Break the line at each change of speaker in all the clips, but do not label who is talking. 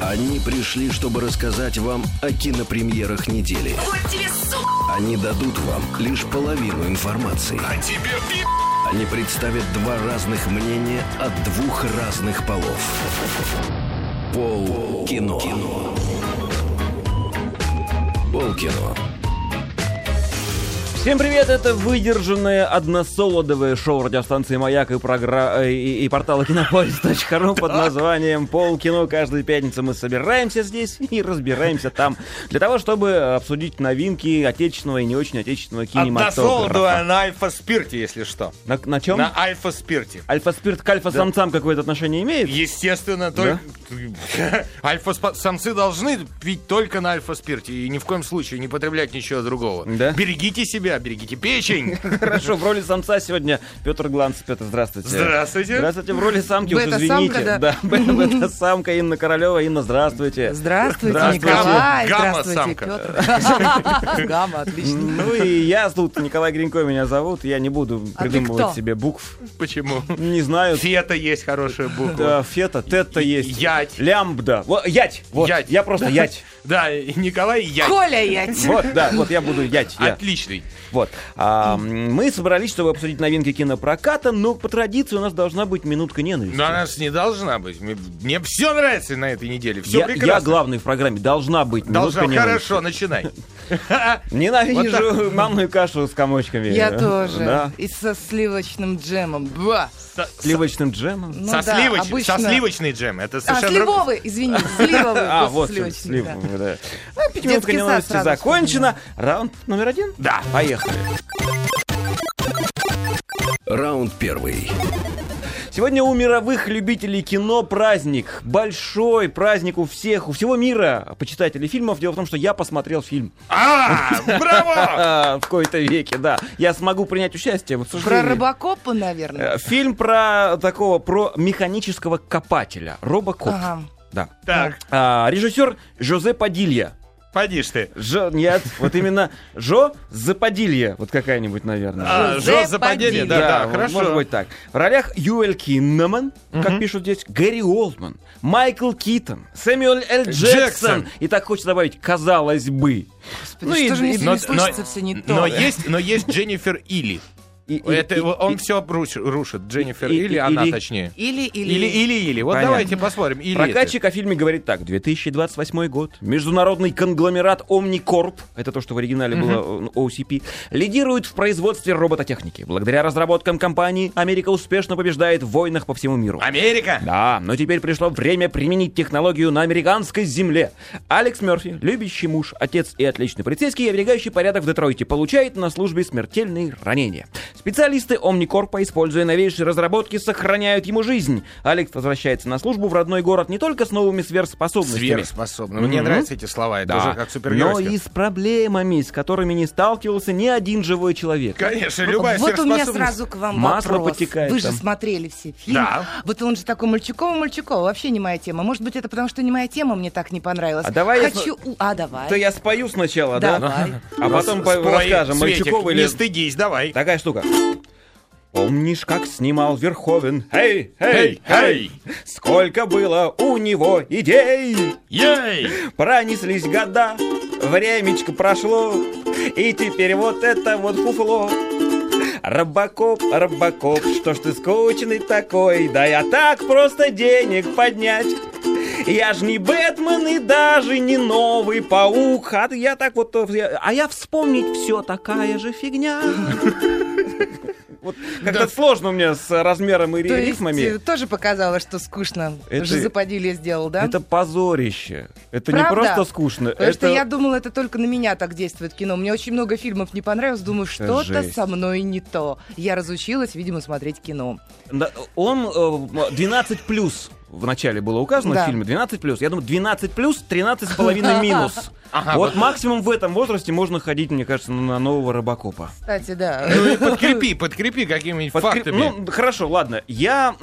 Они пришли, чтобы рассказать вам о кинопремьерах недели.
Вот тебе, сука!
Они дадут вам лишь половину информации.
А тебе пи***!
Они представят два разных мнения от двух разных полов. Пол кино. Пол кино.
Всем привет, это выдержанное односолодовое шоу радиостанции «Маяк» и, програ... э, и, и портала кинопоиск.ру под названием «Полкино». Каждую пятницу мы собираемся здесь и разбираемся там для того, чтобы обсудить новинки отечественного и не очень отечественного
Односолодовая
кинематографа.
на альфа-спирте, если что.
На, на чем?
На альфа-спирте.
Альфа-спирт к альфа-самцам какое-то отношение имеет?
Естественно, только... Альфа-самцы должны пить только на альфа-спирте и ни в коем случае не потреблять ничего другого.
Да?
Берегите себя, берегите печень.
Хорошо, в роли самца сегодня Петр Гланц. Петр, здравствуйте.
Здравствуйте.
Здравствуйте, в роли самки, уж
Бета-самка,
извините.
да.
это самка Инна Королева. Инна, здравствуйте.
Здравствуйте,
Здравствуйте.
Николай.
Гамма-
Здравствуйте, Петр. Гамма, отлично.
Ну и я тут, Николай Гринько меня зовут, я не буду
А ты
придумывать
кто?
себе букв.
Почему?
Не знаю.
Фета есть хорошая буква.
Да, фета, тетта есть.
Ять.
Лямбда. Во, ять. Вот.
Ять.
Я просто ять.
Да, и Николай Ять.
Коля Ять.
Вот, да, вот я буду ять. я.
Отличный.
Вот. А, м, мы собрались, чтобы обсудить новинки кинопроката, но по традиции у нас должна быть минутка ненависти.
Но она же не должна быть. Мне, все нравится на этой неделе. Все
я,
прекрасно.
я главный в программе. Должна быть минутка
Должна.
ненависти.
Хорошо, начинай.
Ненавижу манную кашу с комочками.
Я тоже.
Да.
И со сливочным джемом. Ба. А,
Со-
Сливочным джемом.
Ну
со
да,
сливоч-
обычно-
со сливочный джем. Это
А,
совершенно друг-
сливовый, извини, сливовый.
А,
просто
вот
сливочный,
слив.
да.
да. Ну, Пятиминутка
Детский сад
ненависти
сразу
закончена. Раунд номер один?
Да.
Поехали.
Раунд первый.
Сегодня у мировых любителей кино праздник. Большой праздник у всех, у всего мира почитателей фильмов. Дело в том, что я посмотрел фильм
А, браво!
А, в кои-то веке, да. Я смогу принять участие в обсуждении.
Про Робокопа, наверное.
Э, Фильм про такого, про механического копателя. Робокоп.
Ага.
Да.
Так,
А, режиссер Жозе Падилья.
поди ж ты.
Жо, нет, вот именно Жо Западилья, вот какая-нибудь, наверное.
А,
Жозе
Жозе Падилья,
Падилья.
да, да,
вот, Может
хорошо.
быть так. В ролях Юэль Киннаман, как пишут здесь, Гэри Олдман, Майкл Китон, Сэмюэль Л. Джексон.
Джексон.
И так хочется добавить, казалось бы.
Ну что же мне
Но-
сегодня слышится все не то?
но есть, но есть Дженнифер Или.
И- и-
Это,
и-
он
и-
все рушит. Дженнифер
и-
Или,
и-
она
или-
точнее.
Или, или.
Или, или, или. Вот
Понятно.
давайте посмотрим. Или это.
Прокатчик о фильме говорит так. 2028 год. Международный конгломерат Omnicorp, это то, что в оригинале было э, OCP, лидирует в производстве робототехники. Благодаря разработкам компании Америка успешно побеждает в войнах по всему миру.
Америка!
Да, но теперь пришло время применить технологию на американской земле. Алекс Мерфи, любящий муж, отец и отличный полицейский, оберегающий порядок в Детройте, получает на службе смертельные ранения. Специалисты Омникорпа, используя новейшие разработки, сохраняют ему жизнь. Алекс возвращается на службу в родной город не только с новыми сверхспособностями,
Сверхспособна. Мне
Мгм.
нравятся эти слова. Это уже как
но
супергеройское.
и с проблемами, с которыми не сталкивался ни один живой человек.
Конечно, любая
вот у меня
сверхспособность.
сразу к вам
Масло
вопрос.
потекает
Вы же
там.
смотрели все фильмы.
Да.
Вот он же такой мальчуковый-мальчуковый. Вообще не моя тема. Может быть, это потому, что не моя тема, мне так не понравилась.
А давай я
Хочу... у- А, давай.
То я спою сначала, да?
Давай.
А потом по-
Спой,
расскажем,
Светик,
Мальчукова или
Не стыдись, давай.
Такая штука. Помнишь, как снимал Верховен? Эй, эй,
Эй, эй,
сколько было у него идей!
ей!
Пронеслись года, времечко прошло, и теперь вот это вот фуфло. Робокоп, робокоп, что ж ты скучный такой? Да я так просто денег поднять. Я ж не Бэтмен и даже не новый паук. А я так вот... э, я- А я вспомнить все такая же фигня. Вот как-то сложно у меня с размером и
То есть,
рифмами.
э, тоже показало, что скучно.
Это-
Же западили сделал, да?
Это позорище. Это не
Правда?
просто скучно.
Потому
это...
что я думала, это только на меня так действует кино. Мне очень много фильмов не понравилось. Думаю, что-то
жесть.
со мной не то. Я разучилась, видимо, смотреть кино.
Да, Он э, 12 плюс в начале было указано
Да.
в фильме 12 плюс. Я думаю, 12 плюс, 13 с половиной минус. Вот максимум в этом возрасте можно ходить, мне кажется, на нового робокопа.
Кстати, да.
Ну и подкрепи, подкрепи какими-нибудь
Подкре-
фактами.
Ну, хорошо, ладно. Я.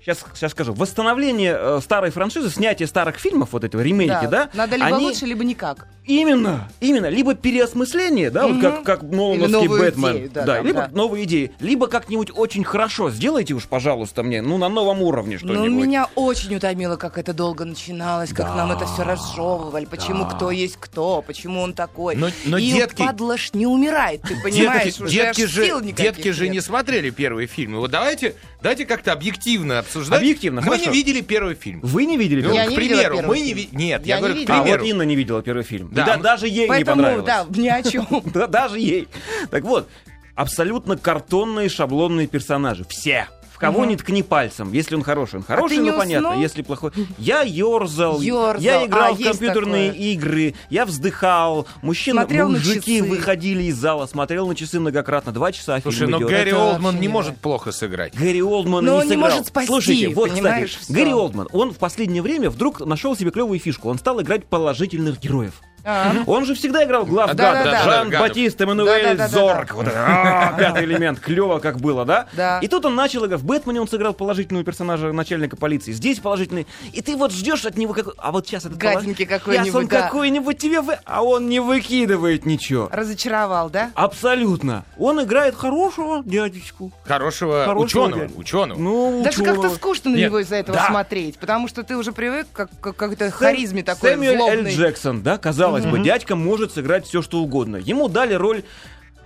Сейчас, сейчас скажу. Восстановление э, старой франшизы, снятие старых фильмов, вот этого ремейки, да?
Надо либо
они-
лучше, либо никак.
Именно, именно. Либо переосмысление, да, вот
Мгм.
как, как
Или
Нолановский
новую
Бэтмен.
идею, да, там,
либо
да.
новые идеи. Либо как-нибудь очень хорошо. Сделайте уж, пожалуйста, мне, ну, на новом уровне
Ну,
что-нибудь.
меня очень утомило, как это долго начиналось, как нам это все разжевывали, почему кто есть кто, почему он такой.
Но- но
И
детки-
падлаш не умирает, ты понимаешь,
Детки,
уже
детки
аж сил
же,
никаких
детки же
нет.
не смотрели первый фильм. Вот давайте, давайте как-то объективно обсуждать.
Объективно,
Мы
хорошо.
не видели первый фильм.
Вы не видели
Ну,
первый
Я
к
не видела
примеру,
первый
мы не
фильм.
видели. Нет,
Я
я,
не
говорю, к
видела.
А
примеру.
вот Инна не видела первый фильм.
Да,
Да,
мы-
даже ей не
Поэтому,
понравилось.
да, ни о чем.
Да, даже ей. Так вот, абсолютно картонные шаблонные персонажи. Все. В кого
Мгм. А
ни ткни пальцем. Если он хороший, он хороший,
ты не
ну понятно.
уснул?
Если плохой. Я ерзал,
Ёрзал.
я играл
А,
в
есть
компьютерные
такое.
игры, я вздыхал. Мужчины,
Смотрел на
мужики
часы.
выходили из зала, смотрел на часы многократно. Два часа
Слушай,
фильм
но
идет.
Гарри
Это
Олдман
вообще
не
не
может
да.
плохо сыграть.
Гарри Олдман
Но
не
он не
сыграл.
может спасти,
Слушайте, вот, кстати,
понимаешь, всё.
Гарри Олдман, он в последнее время вдруг нашел себе клевую фишку. Он стал играть положительных героев.
А,
Он же всегда играл глав
Да-да-да.
Жан Батист, Эммануэль,
Да-да-да-да-да.
Зорг. Вот это, а, пятый элемент. Клево как было, да?
Да.
И тут он начал играть. В Бэтмене он сыграл положительного персонажа начальника полиции. Здесь положительный. И ты вот ждешь от него какой... А вот сейчас этот
Гаденький
полож-
какой-нибудь,
Сейчас он
да.
какой-нибудь тебе... вы- А он не выкидывает ничего.
Разочаровал, да?
Абсолютно. Он играет хорошего дядечку.
Хорошего,
Хорошего
ученого.
дядю.
Ученого.
Ну,
Даже
ученого.
как-то скучно на
Нет,
него из-за этого
да.
смотреть, потому что ты уже привык как- как- к какой-то харизме такой
Сэмюэль Л.
злобной.
Джексон, да, казалось бы, дядька может сыграть все что угодно. Ему дали роль.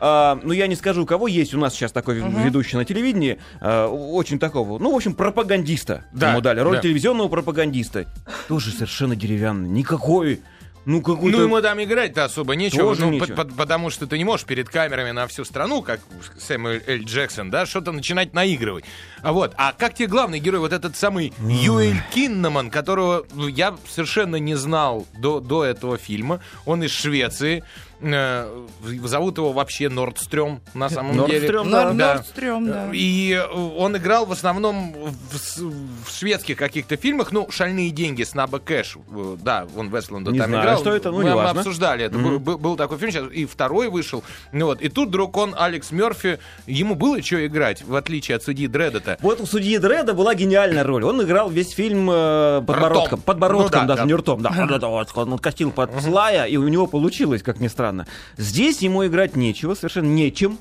а, ну, я не скажу, кого есть у нас сейчас такой ведущий на телевидении, а, очень такого, ну, в общем, пропагандиста
Да,
ему дали, роль
да.
телевизионного пропагандиста. Тоже совершенно деревянный, никакой, ну, какой-то...
Ну, ему там играть-то особо нечего,
Тоже
ну,
нечего.
по- по- потому что ты не можешь перед камерами на всю страну, как Сэмюэль Эль Джексон, да, что-то начинать наигрывать. А вот, а как тебе главный герой, вот этот самый Юэль Киннаман, которого ну, я совершенно не знал до, до этого фильма, он из Швеции, Э, зовут его вообще Нордстрём, на самом деле.
Нордстрём,
Нор-
да.
Нордстрём, Ну, да.
И э, он играл в основном в, с- в шведских каких-то фильмах. Ну, «Шальные деньги» с Наба Кэш. э, Да, он Вестланда
Не
там
знаю,
играл.
что это, ну,
мы, мы
неважно.
обсуждали. Это был, был- был такой фильм, сейчас и второй вышел. Ну, вот. И тут вдруг он, Алекс Мерфи, ему было что играть, в отличие от судьи Дредда-то.
Вот у судьи Дреда была гениальная роль. Он играл весь фильм э, подбородком.
Ртом.
Подбородком
Ну да,
даже,
да.
не ртом. Да, Вот это вот, он костил под слая, и у него получилось, как ни странно. Здесь ему играть нечего, совершенно нечем.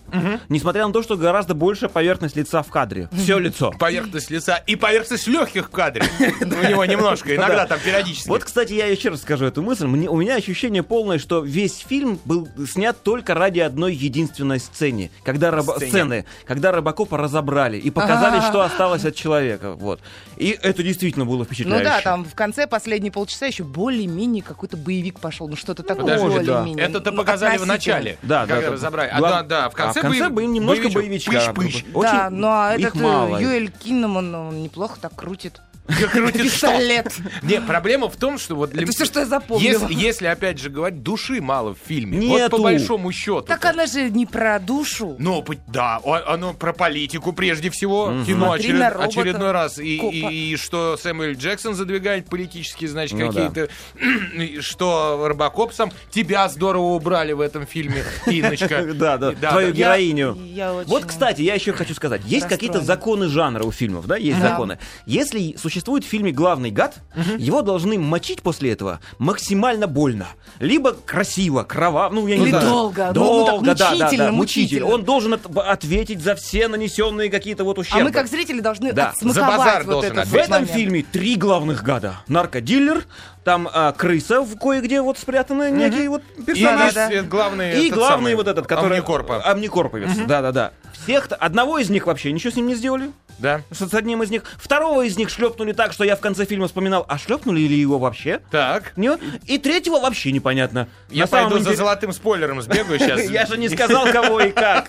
Несмотря на то, что гораздо больше поверхность лица в кадре. Все лицо.
Поверхность лица и поверхность легких в кадре. У него немножко, иногда там периодически.
Вот, кстати, я еще раз скажу эту мысль. Мне- у меня ощущение полное, что весь фильм был снят только ради одной единственной сцены, когда Робо-
Сцене.
сцены, когда Робокопа разобрали и показали,
А.
что осталось от человека. Вот. И это действительно было впечатляюще.
Ну да, там в конце последние полчаса еще более-менее какой-то боевик пошел, ну что-то такое
Подожди,
да.
более-менее.
Это-то
Ну,
показали в
относительно.
начале.
Да,
когда
да, да.
разобрали. А,
Глав-
да, да, в конце,
а в конце
боев-
бы им немножко
боевичок.
боевича.
Пыщ-пыщ.
Очень-
да, ну а
их
этот э,
мало.
Юэль Киннаман, он неплохо так крутит.
Крутит что?
Пистолет.
Не, проблема в том, что вот для-
Это всё, что я запомнила.
Если, если, опять же говорить, души мало в фильме. Вот
Нету.
по большому счету.
Так она же не про душу.
Ну, по- да, о- оно про политику прежде всего. Кино
Смотри
очеред-
на робота,
очередной раз. И,
копа.
и- и что Сэмюэль Джексон задвигает политические, значит,
Ну да.
какие-то... и что Робокоп сам... Тебя здорово убрали в этом фильме, Иночка.
Да, да,
Да,
твою
да.
Я-
героиню.
я очень-
Вот, кстати, я еще хочу сказать, есть какие-то
Расстроена.
законы жанра у фильмов, да, есть
Да.
законы. Если существует в фильме главный гад, его должны мочить после этого максимально больно, либо красиво, кроваво, ну я не
Или
знаю.
долго, ну, ну, так
долго, да, да, да,
мучительно,
мучитель.
мучительно.
Он должен от- ответить за все нанесенные какие-то вот
А
ущербы.
мы как зрители должны
Да,
за базар
отсмаковать вот
должен
этот
В
ответить.
вот
этом
момент.
фильме три главных гада. Наркодилер, там а, крыса в кое-где вот спрятаны некие вот
И
персонажи.
да.
э, главный...
И
этот
главный
самый,
вот этот, который...
Амникорпа.
Амникорповец, да-да-да. Всех, одного из них вообще ничего с ним не сделали.
Да.
С, с одним из них. Второго из них шлепнули так, что я в конце фильма вспоминал, а шлепнули ли его вообще?
Так.
Не? И третьего вообще непонятно.
Я
На самом
пойду за
деле-
золотым спойлером сбегаю сейчас.
Я же не сказал, кого и как.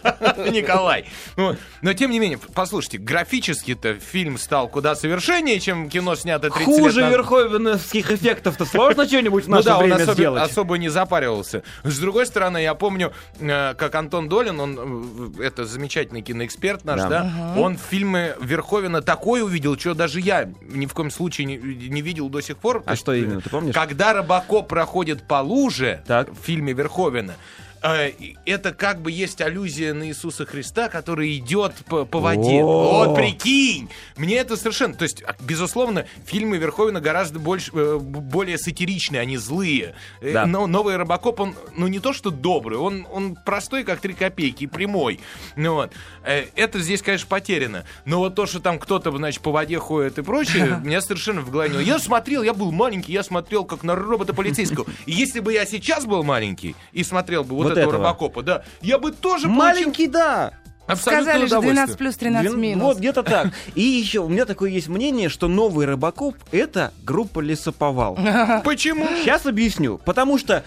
Николай. Ну, но тем не менее, послушайте, графически-то фильм стал куда совершеннее, чем кино снято 30 лет
Хуже
назад.
верховеновских эффектов-то сложно что-нибудь в
Ну
наше
да, он
время
особо,
сделать.
особо не запаривался. С другой стороны, я помню, э, как Антон Долин, он э, это замечательный киноэксперт наш,
Да.
да, он фильмы Верховина такой увидел, что даже я ни в коем случае не, не видел до сих пор. То
А
есть,
что именно, ты помнишь?
Когда Робокоп проходит по луже
Так.
в фильме Верховина, э, и это как бы есть аллюзия на Иисуса Христа, который идет по, по воде.
О.
Вот прикинь! Мне это совершенно... То есть, а, безусловно, фильмы Верховина гораздо больше, э, б- более сатиричные, они злые. Э,
Да.
Но новый Робокоп, он ну не то что добрый, он, он простой, как три копейки, и прямой. Ну, вот. Э, Это здесь, конечно, потеряно. Но вот то, что там кто-то, значит, по воде ходит и прочее, меня совершенно в голове не было. Я смотрел, я был маленький, я смотрел как на робота полицейского. И если бы я сейчас был маленький и смотрел бы вот,
Вот
этого,
этого.
Робокопа, да, я бы тоже получил
Маленький, да.
абсолютное
Сказали же
удовольствие.
12 плюс 13
Двен-
минус.
Вот где-то так. И еще у меня такое есть мнение, что новый Робокоп — это группа Лесоповал.
Почему?
Сейчас объясню. Потому что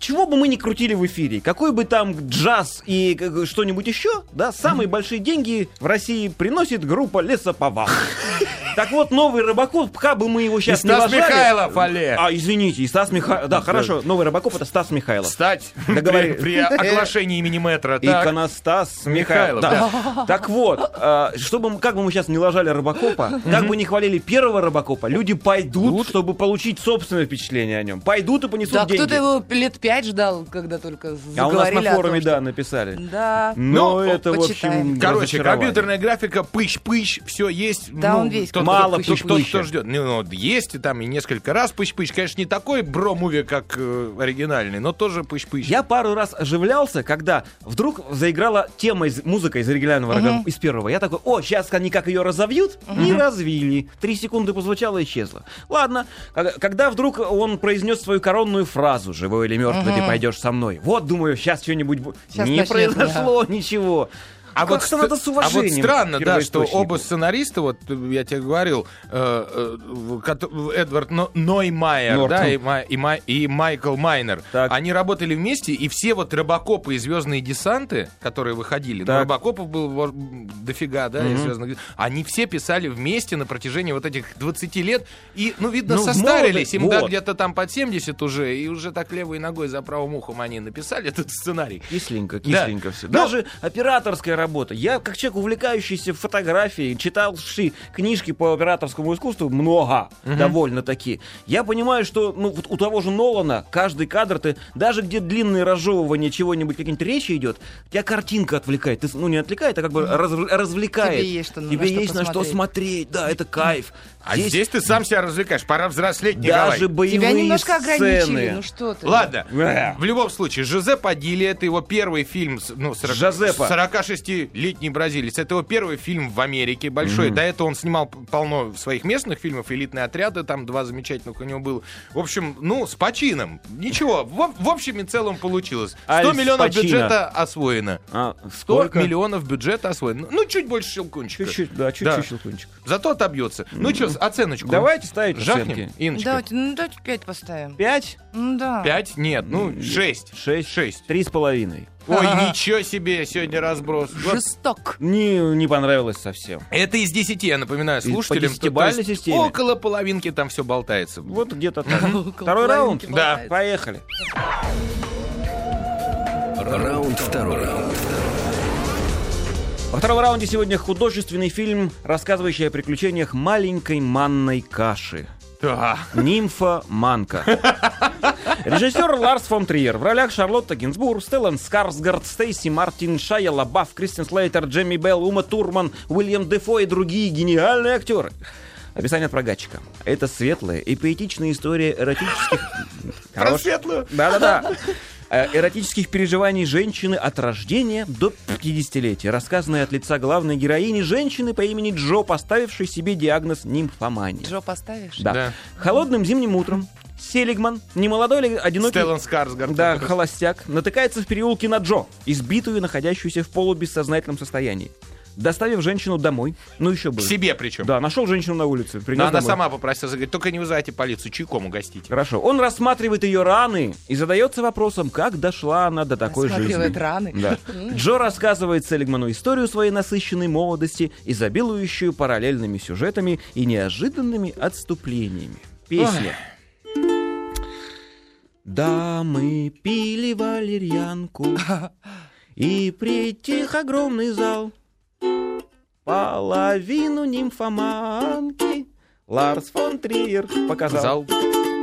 чего бы мы ни крутили в эфире, какой бы там джаз и как- что-нибудь еще, да, самые большие деньги в России приносит группа Лесоповал. Так вот, новый Робокоп, пока бы мы его сейчас
И
не
Стас
лажали-
Михайлов, алле.
А, извините, и Стас Михайлов. Да, хорошо, новый Робокоп — это Стас Михайлов.
Стать
Да
при,
говори.
при оглашении имени метра. Так.
Иконостас
Михайлов,
Михайлов. Да. Так вот, э, чтобы, мы- как бы мы сейчас не лажали Робокопа, как бы не хвалили первого Робокопа, люди пойдут, чтобы получить собственное впечатление о нем. Пойдут и
Да,
понесут
кто-то
деньги.
его лет пять ждал, когда только
А у нас
заговорили
на
о
форуме,
том, что-
да, написали.
Да.
Но
Ну,
это, в
почитаем.
общем,
Короче,
разочарование.
компьютерная графика, пыщ-пыщ, все есть.
Да, он весь
тот,
мало
кто, кто,
пыщ-пыща.
кто ждет. Ну, вот есть и там и несколько раз пыщ-пыщ. Конечно, не такой бро-муви, как э, оригинальный, но тоже пыщ-пыщ.
Я пару раз оживлялся, когда вдруг заиграла тема из музыка из оригинального рога- из первого. Я такой, о, сейчас они как ее разовьют, и развили. Три секунды позвучало и исчезло. Ладно, К- когда вдруг он произнес свою коронную фразу «Живой или мертвый, ты пойдешь со мной». Вот, думаю, сейчас что-нибудь... бу-
Щас
Не
начнется,
произошло ничего.
А вот,
Как-то
ст-
надо с уважением
а вот странно,
к
да, что
первоисточнику.
оба сценариста, вот э, я тебе говорил, э, э, в- кот- в- Эдвард Но- Ноймайер,
Нортон.
да, и, Ма- и Ма- и Майкл Майнер,
Так.
они работали вместе, и все вот робокопы и звездные десанты, которые выходили, ну,
Так.
робокопов было во- дофига, да, и «Звёздных дес- они все писали вместе на протяжении вот этих 20 лет, и, ну, видно,
Ну, в
состарились,
молоды-
им да,
вот.
где-то там под 70 уже, и уже так левой ногой за правым ухом они написали этот сценарий.
Кисленько, кисленько все.
Но-
Даже операторская работа. Я, как человек, увлекающийся фотографией, читавший книжки по операторскому искусству, много довольно-таки. Я понимаю, что ну, вот у того же Нолана каждый кадр, ты даже где длинное разжевывание чего-нибудь, какие-нибудь речи идет, тебя картинка отвлекает. Ты, с- ну, не отвлекает, а как бы раз- развлекает.
Тебе есть что- на
Тебе
что
есть на что смотреть. Да, это кайф.
А здесь... ты сам себя развлекаешь. Пора взрослеть, Николай.
даже боевые
Тебя немножко ограничили,
сцены.
ну что ты.
Ладно.
Э.
В любом случае, Жозе Падили это его первый фильм, с- ну, сорок-
Жозепа.
46-летний бразилец. Это его первый фильм в Америке большой. До этого он снимал п- полно своих местных фильмов, элитные отряды, там два замечательных у него было. В общем, ну, с почином. Ничего, в, в общем и целом получилось. 100
Аль
миллионов
Пачино.
бюджета освоено.
А,
100
сколько?
миллионов бюджета освоено. Ну, чуть больше щелкунчика.
Чуть-чуть, да, чуть-чуть щелкунчик.
Зато отобьется. Ну что, оценочку.
Давайте ставить
Жахнем,
оценки.
Инночка?
Давайте, ну давайте пять поставим.
Пять?
Ну да.
Пять? Нет, ну шесть.
Шесть.
Шесть.
Три с половиной.
Ой, ничего себе, сегодня разброс. Вот.
Жесток.
Не, не понравилось совсем.
Это из десяти, я напоминаю,
Из- по
слушателям. то- то
десятибалльной
есть
системе.
Около половинки там все болтается.
Вот где-то так.
Около
Второй раунд?
половинки болтается.
Поехали.
Раунд второй.
Во втором раунде сегодня художественный фильм, рассказывающий о приключениях маленькой манной каши.
Да.
Нимфа Манка. Режиссер Ларс фон Триер. В ролях Шарлотта Гинзбург, Стеллан Скарсгард, Стейси Мартин, Шайя Лабаф, Кристин Слейтер, Джемми Белл, Ума Турман, Уильям Дефо и другие гениальные актеры. Описание от прогатчика. Это светлая и поэтичная история эротических...
Про
Хорош.
светлую.
Да-да-да. Э, Эротических переживаний женщины от рождения до 50-летия, рассказанная от лица главной героини женщины по имени Джо, поставившей себе диагноз нимфомания.
Джо поставишь?
Да.
Да.
Холодным зимним утром Селигман, немолодой ли одинокий...
Стеллан Скарсгард.
Ну, Да, холостяк, натыкается в переулке на Джо, избитую и находящуюся в полубессознательном состоянии. Доставив женщину домой, ну еще
К
бы.
себе причем.
Да, нашел женщину на улице, принес
Но она
домой.
сама попросила, говорит, только не вызывайте полицию, чайком угостите.
Хорошо. Он рассматривает ее раны и задается вопросом, как дошла она до такой жизни.
Рассматривает раны.
Да. Джо рассказывает Селигману историю своей насыщенной молодости, изобилующую параллельными сюжетами и неожиданными отступлениями. Песня. Да, мы пили валерьянку, и притих огромный зал. Половину нимфоманки Ларс фон Триер показал.
Зал.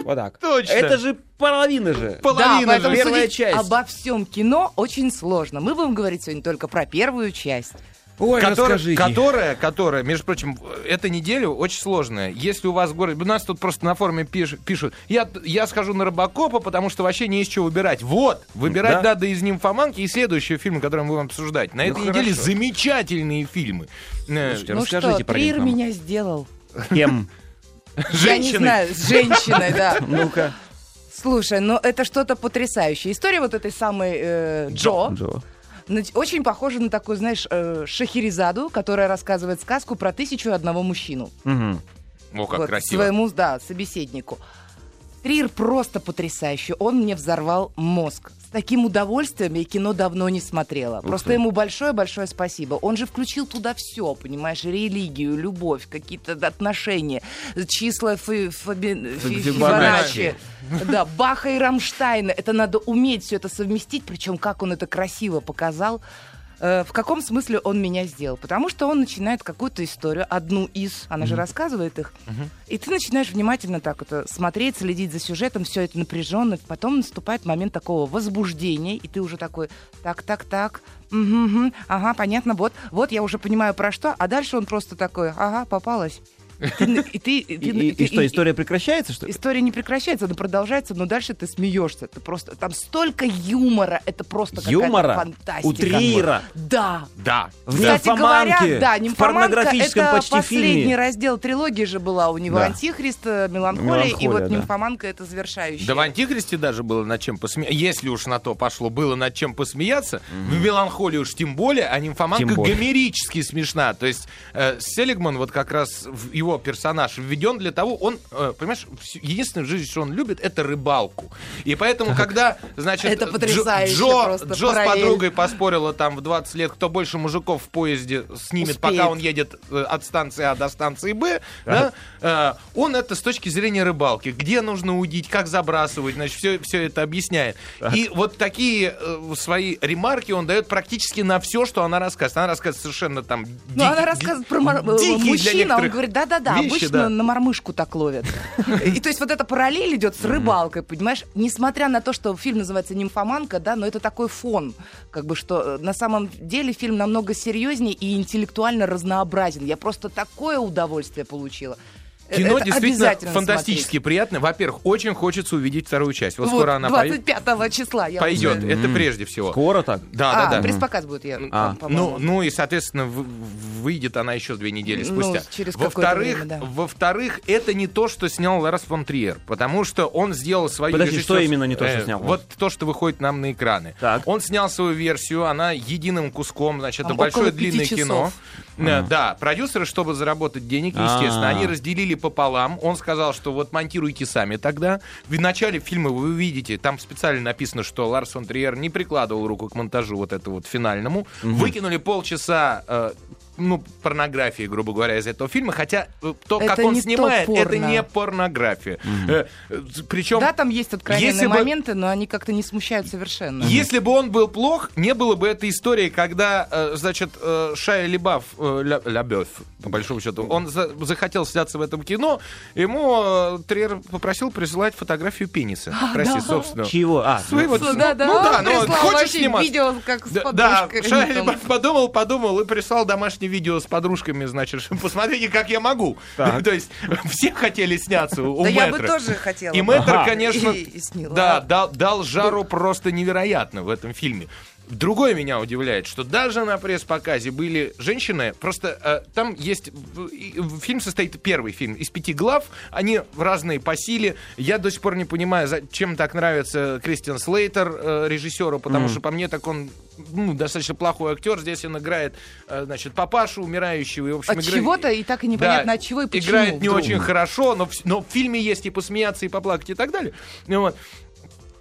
Вот так.
Точно.
Это же половина же.
Половина
да, поэтому
же.
Первая
судить
часть.
обо всем кино очень сложно. Мы будем говорить сегодня только про первую часть.
Ой,
Которая-
расскажите.
которая, которая, между прочим, эта неделя очень сложная. Если у вас в городе... У нас тут просто на форуме пиш- пишут, я, я схожу на Робокопа, потому что вообще не из чего выбирать. Вот! Выбирать
Да.
надо из «Нимфоманки» и следующий фильм, который мы будем обсуждать. На этой неделе
хорошо.
замечательные фильмы. Э,
Слушайте,
ну
расскажите
что,
про
Триер
рекламу.
меня сделал.
Кем?
Я не
женщины.
знаю, с женщиной, да.
Ну-ка.
Слушай, ну это что-то потрясающее. История вот этой самой э, Джо,
Джо.
нач- очень похожа на такую, знаешь, э, Шахерезаду, которая рассказывает сказку про тысячу и одного мужчину.
Мгм.
О, как
Вот,
красиво.
Своему, да, собеседнику. Трир просто потрясающий. Он мне взорвал мозг. С таким удовольствием я кино давно не смотрела. Просто ему большое-большое спасибо. Он же включил туда все, понимаешь, религию, любовь, какие-то отношения, числа фи- фаби- фи-
Фибоначчи.
Фибоначчи. Да, Баха и Рамштайна. Это надо уметь все это совместить. Причем, как он это красиво показал. Э, В каком смысле он меня сделал? Потому что он начинает какую-то историю, одну из, она же рассказывает их, и ты начинаешь внимательно так это смотреть, следить за сюжетом, все это напряженно. Потом наступает момент такого возбуждения, и ты уже такой, так, так, так, мгм, мгм, ага, понятно, вот, вот я уже понимаю про что, а дальше он просто такой, ага, попалась. Ты на- И ты- и
И
ты-
и-
ты-
и что,
и-
история прекращается, что ли?
История не прекращается, она продолжается, но дальше ты смеешься. Это просто там столько юмора, это просто какая-то
Юмора?
фантастика.
У Триера.
Да.
Да.
В
Кстати говоря,
«Нимфоманке»,
да,
в
«Нимфоманка» —
порнографическом
это
почти
последний
фильме.
раздел трилогии же была у него
Да.
«Антихрист», э, «Меланхолия», и
«Меланхолия»,
вот
да.
«Нимфоманка» — это завершающий.
Да в «Антихристе» даже было над чем посмеяться. Если уж на то пошло, было над чем посмеяться. В «Меланхолии» уж тем более, а «Нимфоманка»
Тем более.
гомерически смешна. То есть э, Селигман, вот как раз в- его персонаж введен для того, он, э, понимаешь, всю- единственное в жизни, что он любит, это рыбалку. И поэтому, когда, значит,
Это
Джо-
потрясающе
Джо,
просто,
Джо с
параллель.
подругой поспорила там в 20 лет, кто больше мужиков в поезде снимет,
Успеет.
пока он едет э, от станции А до станции Б, да, э, он это с точки зрения рыбалки. Где нужно удить, как забрасывать, значит, все, все это объясняет. И вот такие э, свои ремарки он дает практически на все, что она рассказывает. Она рассказывает совершенно там...
Ну, она рассказывает про мор- э, мужчин, а он говорит, да-да-да, обычно на мормышку так ловят. И то есть вот эта параллель идет с рыбалкой, понимаешь? Несмотря на то, что фильм называется «Нимфоманка», да, но это такой фон, как бы что э, на самом деле фильм намного серьезнее и интеллектуально разнообразен. Я просто такое удовольствие получила. Э,
Кино
это
действительно
обязательно
фантастически
смотреть.
приятно. Во-первых, очень хочется увидеть вторую часть. Вот,
Вот,
скоро она пой-
25 числа. я
пойдет.
уже-
Это прежде всего.
Скоро так?
Да,
А,
да, да.
пресс-показ будет, я,
А,
по-моему.
Ну, ну и, соответственно, в- в- выйдет она еще две недели
Ну,
спустя.
через какое-то
во-вторых,
время, да.
во-вторых, это не то, что снял Ларс фон Триер, потому что он сделал свою
Подожди, что
режиссерс-
именно не то, что
Э,
снял?
Вот то, что выходит нам на экраны.
Так.
Он снял свою версию, она единым куском, значит, это
Там
большое
около пяти
длинное
часов.
кино. Э, Да, продюсеры, чтобы заработать денег, естественно,
А.
они разделили пополам. Он сказал, что вот монтируйте сами тогда. В начале фильма вы увидите, там специально написано, что Ларс фон Триер не прикладывал руку к монтажу вот этому вот финальному. Выкинули полчаса э, ну, порнографии, грубо говоря, из этого фильма, хотя э, то,
Это
как он
не то
снимает, это
порно.
не порнография. Э, Причем...
Да, там есть откровенные
Если бы-
моменты, но они как-то не смущают совершенно.
Если бы он был плох, не было бы этой истории, когда, э, значит, э, Шайя Лебаф, э, Ля- Лябёв, по большому счету, он за- захотел сняться в этом кино, ему э, Триер попросил присылать фотографию пениса. Прости, собственно.
Чего? А,
Своего-
А, Ну да, да,
ну
он
да, но
прислал
хочешь
вообще
снимать?
видео, как с
Да, да,
подружкой.
Шайя
там.
Лебаф подумал, подумал и прислал домашнее видео с подружками, значит, что посмотрите, как я могу. То есть все хотели сняться у
Да я бы
мэтра.
тоже хотела.
И Мэтр,
Ага.
конечно,
И- и сняла.
да, дал, дал жару просто невероятно в этом фильме. Другое меня удивляет, что даже на пресс-показе были женщины, просто э, там есть... в- и- в- Фильм состоит, первый фильм, из пяти глав, они в разные по силе. Я до сих пор не понимаю, зачем так нравится Кристиан Слейтер э, режиссеру, потому что по мне так он ну, достаточно плохой актер. Здесь он играет, э, значит, папашу умирающего. И, в общем,
От
игра-
чего-то и так и непонятно
да,
от чего и почему.
Играет не
вдруг.
очень хорошо, но, в- но в фильме есть и посмеяться, и поплакать, и так далее. Ну вот.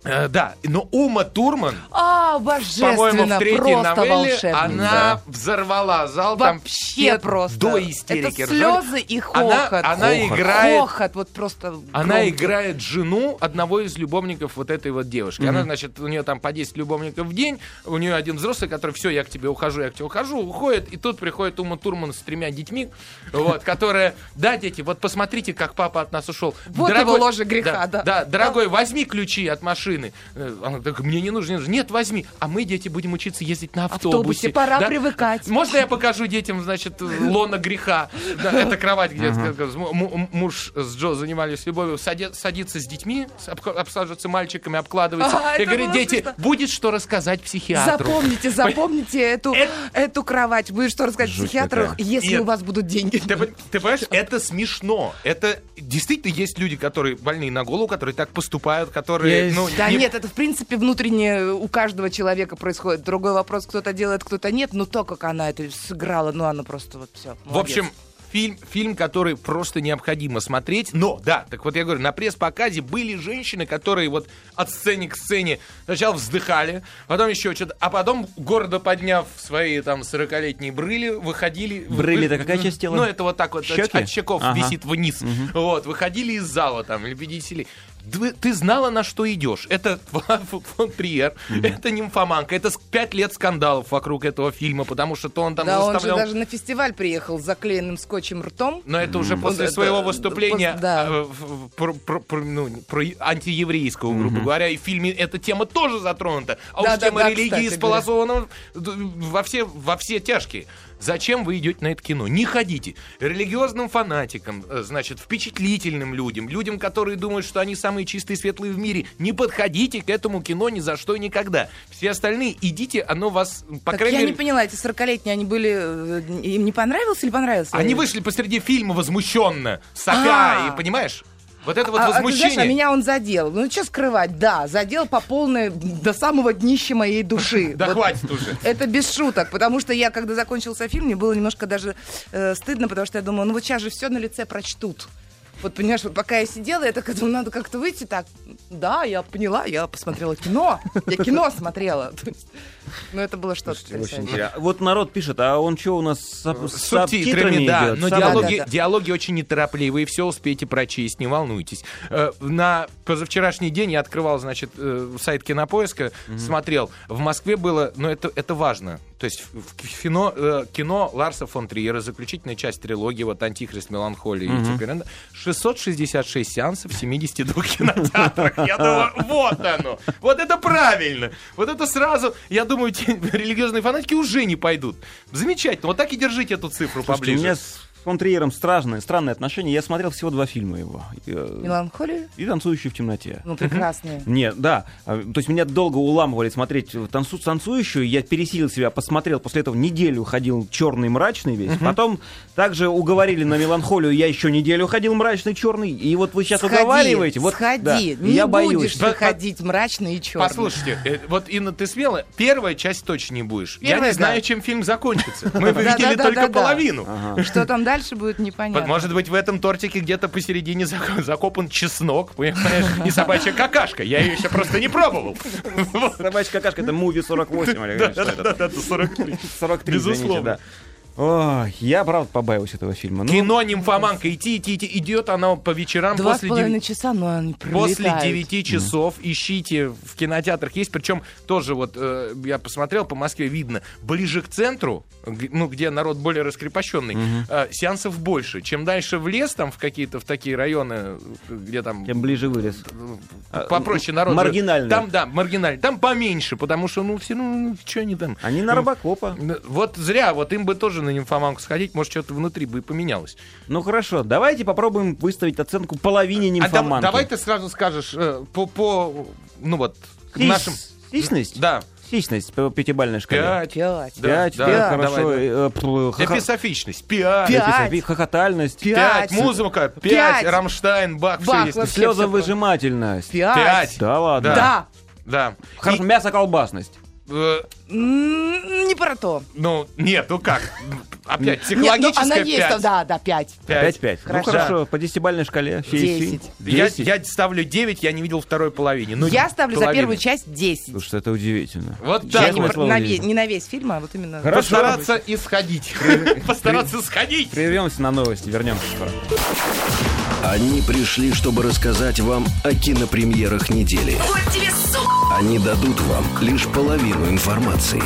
Э, да, но Ума Турман,
А,
по-моему,
божественно,
в третьей
просто
новелле
волшебно.
она взорвала зал там
Вообще
все
просто.
до истерики.
Это
ржали.
слезы и
Она-
хохот.
она
хохот.
играет-
Хохот, вот просто
Она
громко.
играет жену одного из любовников вот этой вот девушки. Она, значит, у нее там по 10 любовников в день, у нее один взрослый, который все, я к тебе ухожу, я к тебе ухожу, уходит, и тут приходит Ума Турман с тремя детьми, вот, которая, да, дети, вот посмотрите, как папа от нас ушел.
Вот его ложа греха, да.
Да, дорогой, возьми ключи от машины. Э, Она так, мне не нужно, не нужно». Нет, возьми, а мы, дети, будем учиться ездить на автобусе.
Автобусе, пора
Да.
привыкать.
Можно я покажу детям, значит, лона греха? Да, это кровать, где м- м- муж с Джо занимались любовью. Сади- Садится с детьми, с- обк- обсаживается мальчиками, обкладывается.
А,
и
это
говорит,
было
дети,
смешно.
будет что рассказать психиатру. Э,
Запомните, запомните эту, эту кровать. Вы что рассказать
Жуть
психиатру, если
Нет.
у вас будут деньги?
Ты, пон- ты понимаешь, это смешно. Это действительно есть люди, которые больные на голову, которые так поступают, которые...
Есть.
ну,
Да
не-
нет, это в принципе внутренне у каждого человека происходит. Другой вопрос, кто-то делает, кто-то нет, но то, как она это сыграла, ну она просто вот все.
В общем, фильм, фильм, который просто необходимо смотреть. Но, да, так вот я говорю, на пресс-показе были женщины, которые вот от сцены к сцене сначала вздыхали, потом еще что-то, а потом, гордо подняв свои там 40-летние брыли, выходили...
Брыли, это какая часть тела?
Ну, это вот так вот от,
Щеки?
от щеков
Ага.
висит вниз. Вот, выходили из зала там, или победители. Ты, ты знала, на что идешь. Это фон Триер, это нимфоманка, это с- пять лет скандалов вокруг этого фильма, потому что то он там
да, он же
заставлял... Ну,
даже на фестиваль приехал с заклеенным скотчем ртом.
Но это уже после
это-
своего выступления
пос- да.
э, в- в- про- про- про, ну, про антиеврейского, грубо говоря, и в фильме эта тема тоже затронута. А уж
Да-да-да,
тема религии
кстати
сполосована д- во все, во все тяжкие. Зачем вы идете на это кино? Не ходите. Религиозным фанатикам, э, значит, впечатлительным людям, людям, которые думают, что они самые чистые и светлые в мире, не подходите к этому кино ни за что и никогда. Все остальные идите, оно вас, по
Так
крайней
я
мере...
не поняла, эти 40-летние, они были, э, им не понравилось или понравилось?
Они вышли посреди фильма возмущенно,
Э, А.
сока, и понимаешь? Вот это вот
а, а ты знаешь,
возмущение.
а меня он задел. Ну, что скрывать, да, задел по полной, до самого днища моей души.
Да
Вот
хватит уже.
Это без шуток, потому что я, когда закончился фильм, мне было немножко даже э, стыдно, потому что я думала, ну вот сейчас же все на лице прочтут. Вот, понимаешь, вот пока я сидела, я такая думаю, надо как-то выйти так. Да, я поняла, я посмотрела кино. Я кино смотрела. То есть, Ну, это было что-то
Очень
потрясающее.
интересно. Вот народ пишет, а он что у нас с, суб- с субтитрами
да,
идет?
но
Сам-
диалоги,
Да, да, да.
диалоги очень неторопливые, все успеете прочесть, не волнуйтесь. Э, На позавчерашний день я открывал, значит, э, сайт Кинопоиска, смотрел. В Москве было, но это, это важно. То есть в в кино, э, кино Ларса фон Триера, заключительная часть трилогии, вот «Антихрист», «Меланхолия» и теперь она, 666 сеансов в 72 кинотеатрах. Я думаю, вот оно, вот это правильно. Вот это сразу, я думаю, те религиозные фанатики уже не пойдут. Замечательно, вот так и держите эту цифру
Слушайте, у
поближе.
меня с фон Триером страшные, странные отношения. Я смотрел всего два фильма его. И, э,
Меланхолия?
и «Танцующий в темноте».
Ну, прекрасные.
Нет, да. А, То есть меня долго уламывали смотреть э, танцу, танцующую. Я пересилил себя, посмотрел. После этого неделю ходил черный, мрачный весь. Потом также уговорили на меланхолию. Я еще неделю ходил мрачный, черный. И вот вы сейчас
Сходи,
уговариваете. Вот,
сходи,
да.
не
я
будешь
боюсь.
ты
Да,
ходить мрачно и черный.
Послушайте, э, вот Инна, ты смелая, первая часть точно не будешь. я не
Первая, да.
знаю, чем фильм закончится. Мы видели
Да-да-да-да-да.
только половину.
Что там дальше будет,
Вот,
непонятно.
Может быть, в этом тортике где-то посередине зак- закопан чеснок, понимаешь, и собачья какашка. Я ее еще просто не пробовал. Вот.
Собачья какашка, это муви 48. или что это?
Да-да-да, 43.
43,
Безусловно.
извините, да. Ой, я, правда, побаиваюсь этого фильма. Ну,
Кино «Нимфоманка», идти, идти, идти. Идет она по вечерам
Два с
после девяти.
половиной часа, но они пролетают.
После 9 часов ищите в кинотеатрах. Есть, причем тоже вот э, я посмотрел, по Москве видно, ближе к центру, г- ну, где народ более раскрепощенный, э, сеансов больше. Чем дальше в лес, там, в какие-то, в такие районы, э, где там
я ближе вылез.
э, попроще народ. живет,
маргинальные.
Там, да, маргинальный. Там поменьше, потому что, ну, все, ну, что они там.
Они на Робокопа.
Н- Вот зря, вот им бы тоже на нимфоманку сходить, может, что-то внутри бы и поменялось.
Ну хорошо, давайте попробуем выставить оценку половине
А дав-
нимфоманки.
давай ты сразу скажешь э, по, по, ну вот, к
Сис-
нашим...
Сисность?
Да.
Сисность по пятибалльной шкале.
Пять.
Пять.
Да,
Пять,
да,
пять,
да,
хорошо.
давай,
э, пф, ха- ха-
Эписофичность. Пять.
Пять.
эписофи- Хохотальность.
Пять.
Пять.
Музыка. Пять.
Пять.
Рамштайн, Бах. всё
Бах,
есть.
вообще всё
Слезовыжимательность.
Пять.
Пять.
Да ладно.
Да.
Да.
Да.
Хорошо, мясо-колбасность.
э,
М, Не про то.
ну, нет, ну как? Опять
Нет, ну,
психологическая
она есть, там,
пять.
да, да, пять.
Пять.
5-5. Ну
Хорошо.
хорошо, по десятибалльной шкале. фи- фи.
Десять.
Я,
10.
я ставлю 9, я не видел второй половине. Ну,
Я ставлю за
половину.
первую часть 10.
Слушай, это удивительно.
Вот
Я
так
не,
Честное
вот.
про-
слово,
на ве-
Лиза.
не на весь фильм, а вот именно.
Хорошо.
Постараться и сходить. Постараться сходить.
Прервемся на новости, вернемся скоро.
Они пришли, чтобы рассказать вам о кинопремьерах недели. Они дадут вам лишь половину информации.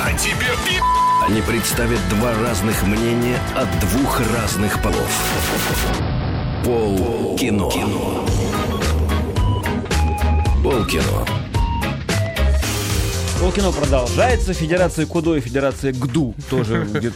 Они представят два разных мнения от двух разных полов. Пол кино. Пол кино.
Полкино продолжается. Федерация Кудо и Федерация ГДУ тоже. где-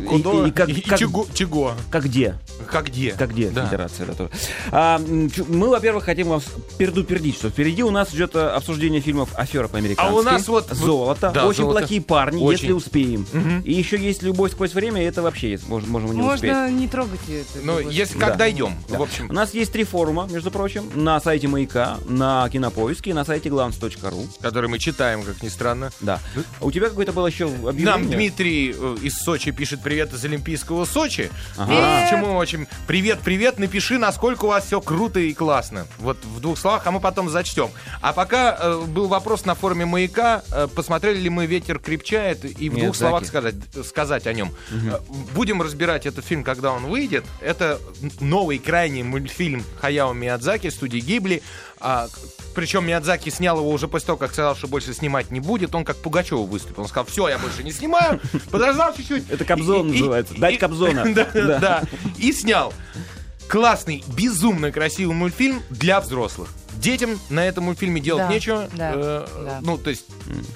И-
Кудо
и как-
и
как-
чего- чего?
Как где?
Как где?
Как где
Да.
федерация? да, тоже. А, м, чу- мы, во-первых, хотим вам пердупердить, что впереди у нас идет э, обсуждение фильмов «Афера» по-американски.
А у нас вот-
«Золото»,
Да,
«Очень
«Золото».
плохие парни»,
Очень.
если успеем.
Мгм.
И еще есть «Любовь сквозь время», и это вообще есть, мож- можем не успеть.
Можно не трогать это.
Ну,
вот.
если как
Да.
дойдем,
Да.
в общем.
У нас есть три форума, между прочим, на сайте «Маяка», на «Кинопоиске» и на сайте «Гланс.ру».
Который мы читаем, как ни странно.
Да. А у тебя какое-то было еще объявление?
Нам Дмитрий э, из Сочи пишет привет из Олимпийского Сочи.
Привет.
А, Чему очень привет, привет, напиши, насколько у вас все круто и классно. Вот в двух словах, а мы потом зачтем. А пока э, был вопрос на форуме маяка, э, посмотрели ли мы ветер крепчает и в
Нет,
двух словах
Заки.
сказать, сказать о нем. Э, Будем разбирать этот фильм, когда он выйдет. Это н- новый крайний мультфильм Хаяо Миядзаки студии Гибли. А, к- причем Миядзаки снял его уже после того, как сказал, что больше снимать не будет. Он как Пугачева выступил. Он сказал, все, я больше не снимаю. Подождал чуть-чуть.
Это Кобзон
И- и-
называется.
и-
Дать Кобзона.
Да,
Да.
да. И снял классный, безумно красивый мультфильм для взрослых. Детям на этом мультфильме делать
Да,
нечего.
да,
Э,
да.
Ну, то есть,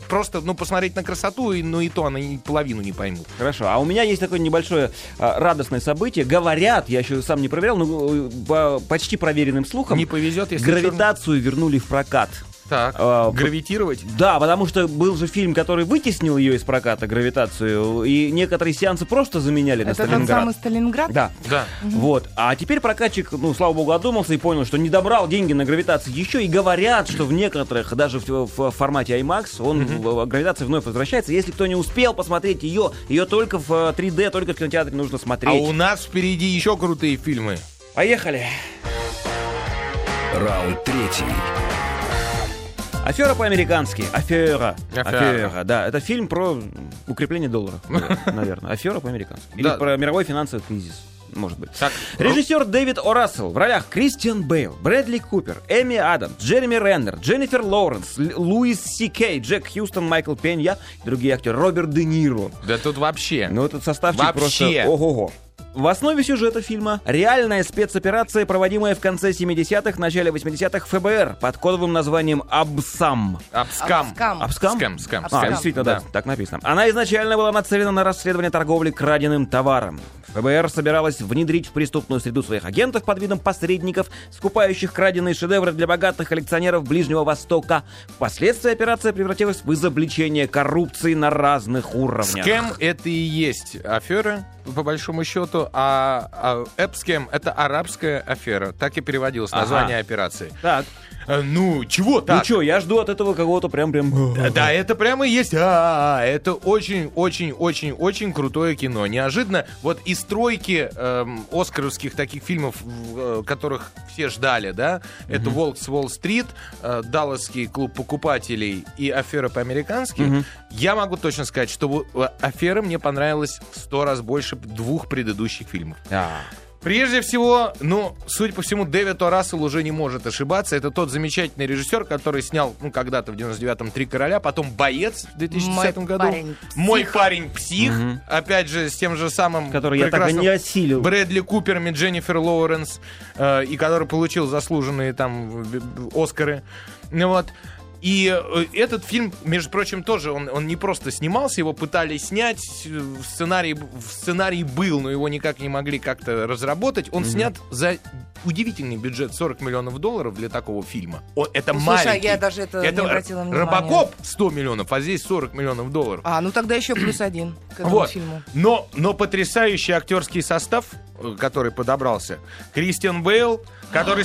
просто ну, посмотреть на красоту, и, ну и то она и половину не поймут.
Хорошо. А у меня есть такое небольшое а, радостное событие. Говорят, я еще сам не проверял, но э, по почти проверенным слухом,
Не повезет, если
гравитацию вернули в прокат.
чёрный- Так,
А,
гравитировать.
Да, потому что был же фильм, который вытеснил ее из проката, гравитацию, и некоторые сеансы просто заменяли на
Это тот
Сталинград.
самый Сталинград?
Да.
Да.
Вот. А теперь прокатчик, ну, слава богу, одумался и понял, что не добрал деньги на гравитацию еще. И говорят, что в некоторых, даже в, в формате IMAX, он в- в- гравитация вновь возвращается. Если кто не успел посмотреть ее, ее только в э, 3D, только в кинотеатре нужно
А
смотреть.
у нас впереди еще крутые фильмы.
Поехали.
Раунд третий.
Афера по-американски. Афера.
Афера.
да. Это фильм про укрепление доллара, наверное. Афера по-американски. Или
Да.
про мировой финансовый кризис. Может быть.
Так,
Режиссер Дэвид О. Рассел в ролях Кристиан Бейл, Брэдли Купер, Эми Адамс, Джереми Реннер, Дженнифер Лоуренс, Л- Луис Си Кей, Джек Хьюстон, Майкл Пенья и другие актеры, Роберт Де Ниро.
да тут вообще.
Ну, этот составчик
Вообще.
просто ого-го. В основе сюжета фильма реальная спецоперация, проводимая в конце 70-х, начале 80-х ФБР под кодовым названием «Абсам».
Обскам.
Обскам.
Абскам?
Скам, скам,
А,
скам.
действительно, да. так написано. Она изначально была нацелена на расследование торговли краденым товаром. ФБР собиралась внедрить в преступную среду своих агентов под видом посредников, скупающих краденые шедевры для богатых коллекционеров Ближнего Востока. Впоследствии операция превратилась в изобличение коррупции на разных уровнях.
Скэм это и есть афера, по большому счету, а, а эпскэм это арабская афера. Так и переводилось
Ага.
название операции.
Так,
Э, Ну,
ну
чего так?
чё, я жду от этого кого-то э, прям-прям...
Да, это прямо и есть. А, это очень-очень-очень-очень крутое кино. Неожиданно, вот из тройки эм, оскаровских таких фильмов, в, э, которых все ждали, да, это «Волк с Уолл-стрит», э, «Далласский клуб покупателей» и «Афера по-американски», я могу точно сказать, что вот, э, «Афера» мне понравилась в сто раз больше двух предыдущих фильмов.
А,
Прежде всего, ну, судя по всему, Дэвид О. Рассел уже не может ошибаться. Это тот замечательный режиссер, который снял, ну, когда-то в 99-м «Три короля», потом «Боец» в 2010
Мой
году.
парень псих.
«Мой парень псих». Опять же, с тем же самым...
Который я так и
прекрасным
не осилил.
Брэдли Купером и Дженнифер Лоуренс, э, и который получил заслуженные там э, Оскары. Ну вот. И э, этот фильм, между прочим, тоже, он, он не просто снимался, его пытались снять, э, в сценарии, в сценарии был, но его никак не могли как-то разработать. Он снят за удивительный бюджет 40 миллионов долларов для такого фильма. О, это
Ну, слушай,
маленький.
а я даже это не обратила внимания.
Робокоп 100 миллионов, а здесь 40 миллионов долларов.
А, ну тогда еще плюс один к этому
Вот.
фильму.
Но, но потрясающий актерский состав, э, который подобрался, Кристиан Бейл, который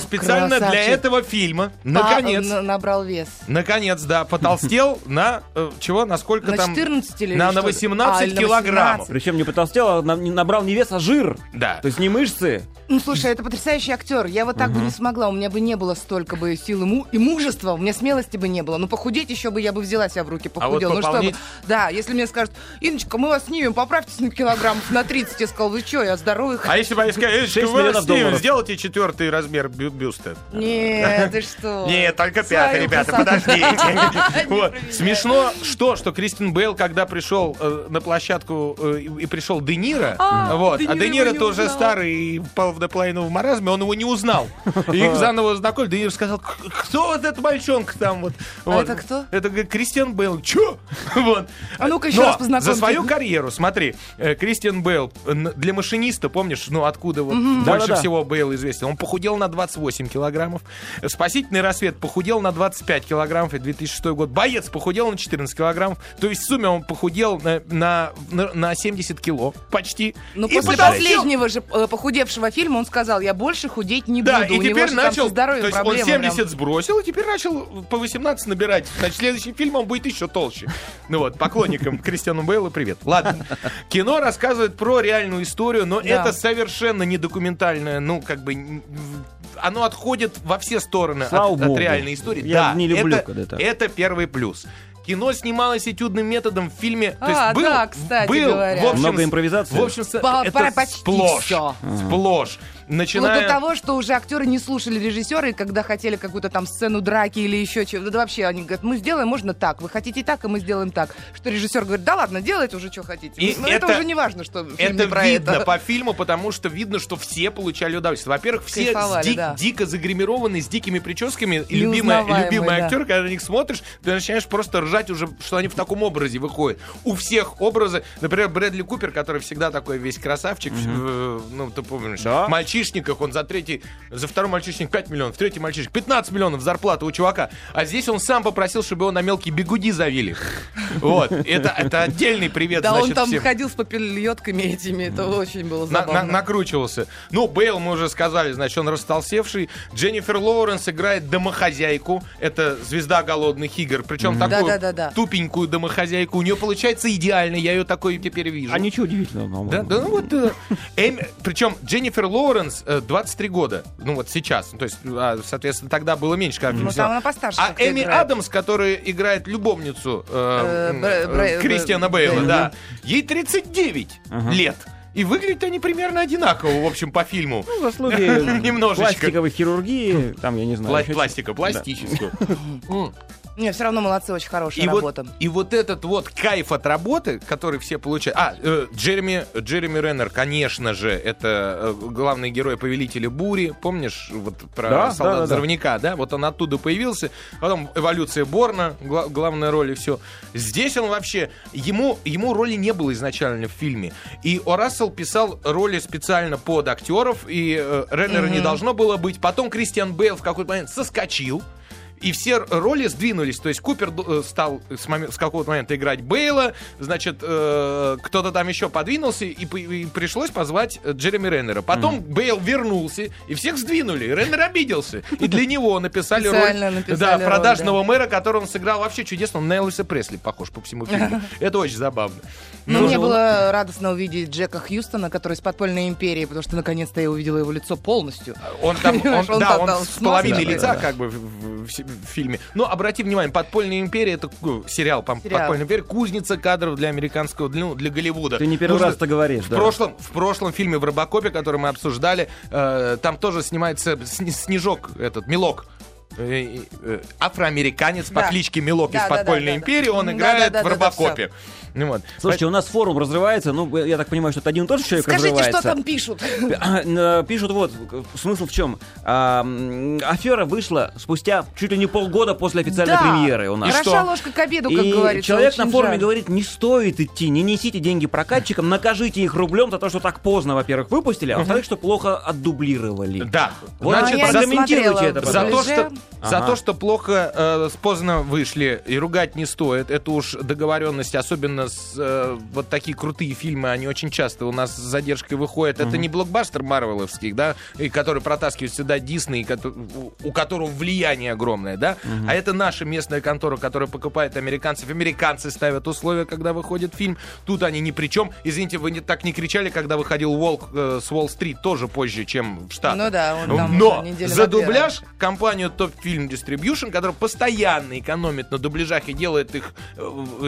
специально для
красавчик.
этого фильма,
Па- ну.
наконец,
на- набрал вес.
наконец, да, потолстел на э, чего, на сколько
На
там?
14 или
на-
что
на
ли?
18
А, или на
килограммов.
18.
Причем не потолстел, а на- не набрал не вес, а жир.
Да.
То есть не мышцы.
Ну, слушай, это потрясающий актер. Я вот так бы не смогла. У меня бы не было столько бы сил и, му- и мужества, у меня смелости бы не было. Ну, похудеть еще бы я бы взяла себя в руки, похудела.
А
ну,
вот пополнить-
бы- Да, если мне скажут, Иночка, мы вас снимем, поправьтесь на килограммов на 30. Я сказала, вы что, я здоровый.
А если бы они сказали, «Эй,
Шесть
вы
миллионов
с ним
долларов.
сделайте четвертый размер бю- бюста.
Нет, ты что?
Нет, только
Свою
пятый, ребята,
красоту.
подождите. Вот.
проверяй.
Смешно, что, что Кристин Бейл, когда пришел э, на площадку э, и и пришел Де Ниро,
А,
вот,
Де
а
Ниро
Де Ниро
его не
тоже
узнал.
старый и впал в наполовину в маразме, он его не узнал. И их заново знакомили. Де Ниро сказал, «К- кто вот этот мальчонка там вот? Вот.
А это кто?
Это говорит, Кристиан Бейл. Чё? Вот.
А ну-ка еще
Но
раз познакомьтесь.
За свою карьеру, смотри, э, Кристиан Бейл, э, н- для машиниста, помнишь, ну откуда вот больше
Да-да-да.
всего Бейл известен, он похудел на 28 килограммов, «Спасительный рассвет» похудел на 25 килограммов, и 2006 год, «Боец» похудел на 14 килограммов, то есть в сумме он похудел на, на, на- на 70 кило, почти.
Ну,
И
после
потолстел.
последнего же э, похудевшего фильма он сказал, я больше худеть не
Да,
буду.
и
У него
теперь
же там
начал,
со
то
здоровьем
есть он
проблемы
70
прям.
сбросил, и теперь начал по 18 набирать. Значит, следующий фильм он будет еще толще. Ну вот, поклонникам Кристиану Бейлу привет. Ладно, кино рассказывает про реальную историю, но
Да.
это совершенно не документальное, ну, как бы... н- в- Оно отходит во все стороны от,
Слава
от
богу.
реальной истории.
Я
да,
не люблю,
это,
когда так.
это первый плюс. Кино снималось этюдным методом в фильме. то есть
А,
был,
да, кстати
был,
говоря.
в общем,
Много импровизации?
В общем, с-
По-
это
по- почти
сплошь.
всё.
Сплошь.
Вплоть
Начиная...
до того, что уже актеры не слушали режиссера, и когда хотели какую-то там сцену драки или еще чего-то, да вообще они говорят, мы сделаем, можно так, вы хотите так, и мы сделаем так. Что режиссер говорит, да ладно, делайте уже, что хотите.
И
Ну, это,
это-
уже не важно, что фильм
Это
не про
видно
это.
по фильму, потому что видно, что все получали удовольствие. Во-первых, все с
Кайфовали,
ди-
да.
дико загримированы, с дикими прическами. И любимая,
Неузнаваемые,
любимый
да.
актер, когда на них смотришь, ты начинаешь просто ржать уже, что они в таком образе выходят. У всех образы. Например, Брэдли Купер, который всегда такой весь красавчик. э, Ну, ты помнишь,
Да.
в мальчишниках он за третий, за второй мальчишник 5 миллионов, третий мальчишник 15 миллионов зарплата у чувака. А здесь он сам попросил, чтобы его на мелкие бегуди завили. Вот. Это, это отдельный привет,
Да он
значит,
там
всем.
ходил с попельотками этими, это очень было
На- на-
забавно.
накручивался. Ну, Бейл, мы уже сказали, значит, он растолсевший. Дженнифер Лоуренс играет домохозяйку. Это звезда голодных игр. Причем такую
Да-да-да-да.
тупенькую домохозяйку. У нее получается идеально, я ее такой теперь вижу.
А ничего удивительного, по-моему.
Ну, Да, да, ну вот. э, Эми- причем Дженнифер Лоуренс э, 23 года. Ну вот сейчас. Ну, То есть, а, соответственно, тогда было меньше, когда фильм
Ну,
снял.
там она постарше
А
как-то
Эми
играет.
Адамс, которая играет любовницу э,
Э,
м,
Брэ- Брэ-
э, Кристиана Бейла,
Бэйла,
да. Ей 39 лет. И выглядят они примерно одинаково, в общем, по фильму.
В услуги
ну, Немножечко.
пластиковой хирургии, там, я не
Ну,
знаю.
Пла-
ещё
пластика, пластическую.
Не, все равно молодцы, очень хорошая
И вот,
работа.
и вот этот вот кайф от работы, который все получают... А, э, Джереми, Джереми Реннер, конечно же, это э, главный герой Повелителя Бури. Помнишь вот про
Да, да, да, да.
солдат-взрывника, да, Вот он оттуда появился. Потом эволюция Борна, гла- главная роль и все. Здесь он вообще... Ему, ему роли не было изначально в фильме. И О'Рассел писал роли специально под актеров, и э, Реннера не должно было быть. Потом Кристиан Бейл в какой-то момент соскочил. И все роли сдвинулись. То есть Купер э, стал с, момен- с какого-то момента играть Бейла, значит, э, кто-то там еще подвинулся, и, п- и пришлось позвать э, Джереми Реннера. Потом Бейл вернулся, и всех сдвинули. И Реннер обиделся. И для него написали роль
Специально написали
да,
роль,
продажного мэра, которого он сыграл вообще чудесно. Он на Элвиса Пресли похож по всему фильму. Это очень забавно.
Но
Ну,
мне
он-
было радостно увидеть Джека Хьюстона, который из «Подпольной империи», потому что наконец-то я увидела его лицо полностью.
Он там, он,
Понимаешь, он
да,
там
он
дал
с половиной
смазки.
лица,
Да.
как бы, в, в- в си- в фильме. Но обрати внимание, «Подпольная империя» — это э, сериал, по-
Сериал.
«Подпольная империя», кузница кадров для американского, ну, для Голливуда.
Ты не первый
Нужно-
раз это говоришь,
в
да.
прошлом, в прошлом фильме в Робокопе, который мы обсуждали, э, там тоже снимается сни- Снежок, этот, Милок. Э, э, Афроамериканец по
Да.
кличке Милок из
Да, да,
«Подпольной
да, да,
империи»,
да.
он
Да,
играет
да, да,
в
да, да,
Робокопе. Ну вот.
Слушайте, у нас форум разрывается, ну, я так понимаю, что это один и тот же человек
Скажите,
разрывается.
что там пишут.
Э, Пишут вот, к- смысл в чем? А, м, афера вышла спустя чуть ли не полгода после официальной
Да.
премьеры у нас.
Хороша
что?
ложка к обеду, как говорится.
человек на
очень
форуме
жаль.
говорит, не стоит идти, не несите деньги прокатчикам, накажите их рублем за то, что так поздно, во-первых, выпустили, а во-вторых, что плохо отдублировали.
Да.
Вот
А
Значит,
я не
за-
прокомментируйте
смотрела
это,
За то,
«Ближе».
что, За
Ага.
то, что плохо э, поздно вышли, и ругать не стоит. Это уж договоренность, особенно с э, вот такие крутые фильмы, они очень часто у нас с задержкой выходят. Это не блокбастер Марвеловский, да, и который протаскивает сюда Дисней, кото- у у которого влияние огромное, да. А это наша местная контора, которая покупает американцев. Американцы ставят условия, когда выходит фильм. Тут они ни при чем. Извините, вы не, так не кричали, когда выходил Волк э, с Уолл-стрит тоже позже, чем в Штатах.
Ну да, он там
Но
уже неделю
за
бомбил.
дубляж компанию Top Film Distribution, которая постоянно экономит на дубляжах и делает их э,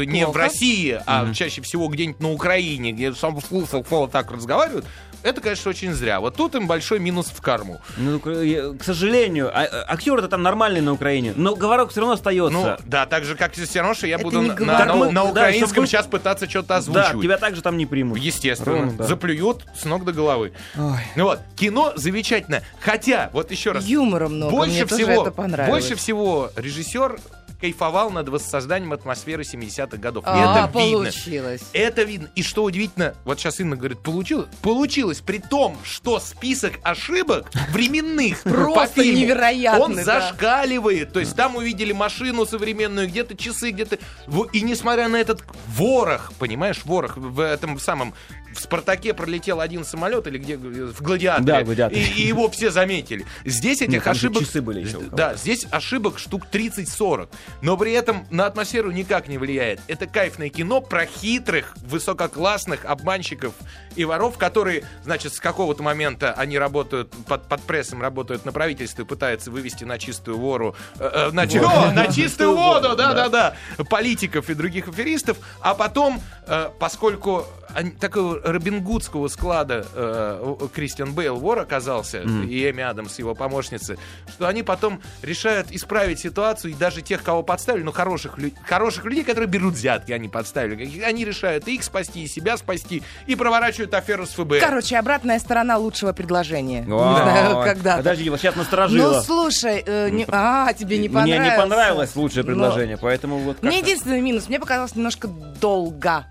не в
Плохо.
России, а чаще всего где-нибудь на Украине, где сам вслух Фол так разговаривают, это, конечно, очень зря. Вот тут им большой минус в карму.
Ну, к я- к сожалению, а- а- актеры-то там нормальные на Украине, но говорок все равно
Ну,
остается.
да, так же, как и все равно, что я
Это
буду
не
на,
говор-
на-
Так мы-
на
да,
украинском
чтобы мы-
сейчас пытаться что-то
да,
озвучивать.
тебя также там не примут.
Естественно.
Ровно, да.
Заплюют с ног до головы. Ну вот, кино замечательно. Хотя, вот еще раз,
Юмора много, мне
больше
тоже
всего,
это понравилось.
больше всего режиссер кайфовал над воссозданием атмосферы 70-х годов. И
а,
это видно.
получилось.
Это видно. И что удивительно, вот сейчас Инна говорит, получилось. Получилось, при том, что список ошибок временных по
Просто
фильму,
невероятный,
Он
да.
зашкаливает. То есть там увидели машину современную, где-то часы, где-то... В- И несмотря на этот ворох, понимаешь, ворох в этом самом... В «Спартаке» пролетел один самолет или где... В «Гладиаторе».
Да, «Гладиаторе».
И, и его все заметили. Здесь этих
Нет, там же
ошибок...
часы были еще у кого-то.
Да, здесь ошибок штук 30-40. Но при этом на атмосферу никак не влияет. Это кайфное кино про хитрых, высококлассных обманщиков и воров, которые, значит, с какого-то момента они работают под, под прессом, работают на правительстве, пытаются вывести на чистую вору, э, э, на, чи- О, на чистую воду, да-да-да, политиков и других аферистов. А потом, э, поскольку они- такого робингудского склада э, у- у Кристиан Бейл вор оказался, и Эми Адамс, его помощница, что они потом решают исправить ситуацию, и даже тех, кого подставили, ну, хороших, лю- хороших людей, которые берут взятки, они подставили. И Они решают и их спасти, и себя спасти, и проворачивают аферу с ФБР.
Короче, обратная сторона лучшего предложения. Не
Вау.
знаю, когда.
Подожди, вот сейчас
Ну,
насторожило.
слушай, э, не- а, тебе не
Мне
понравилось. Ну,
не понравилось лучшее
Но-
предложение, поэтому вот
Мне
как-то.
единственный минус, мне показалось немножко долго.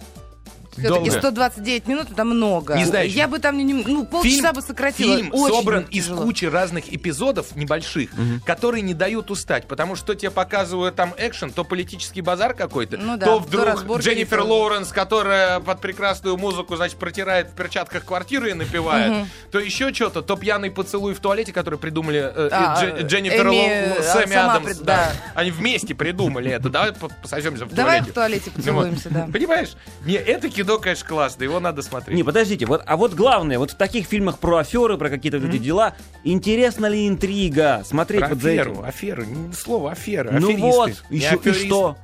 Все-таки
Долго.
129 минут это много.
Не знаю,
Я бы там не- не- ну, полчаса бы сократила.
фильм
Очень
собран из
тяжело.
кучи разных эпизодов небольших, которые не дают устать, потому что тебе показывают там экшен, то политический базар какой-то,
Ну да,
то
то
вдруг
разборки
Дженнифер
и то-
Лоуренс, которая под прекрасную музыку, значит, протирает в перчатках квартиру и напевает, то еще что-то, то пьяный поцелуй в туалете, который придумали э, э,
А,
Дже- Дженнифер
Эми,
Лоуренс,
а,
Сэмми
сама
Адамс,
пред-
да.
да.
Они вместе придумали это. Давай по- пососемся в
Давай
туалете.
в туалете
Ну вот.
поцелуемся, да.
Понимаешь? Не, это кино, конечно, классно, его надо смотреть.
Не, подождите, вот, а вот главное, вот в таких фильмах про аферы, про какие-то вот эти дела, интересна ли интрига? Смотреть
Про
вот за
аферу,
этим.
аферу, не слово афера,
Ну
аферисты.
вот,
Не
еще и
аферисты.
что?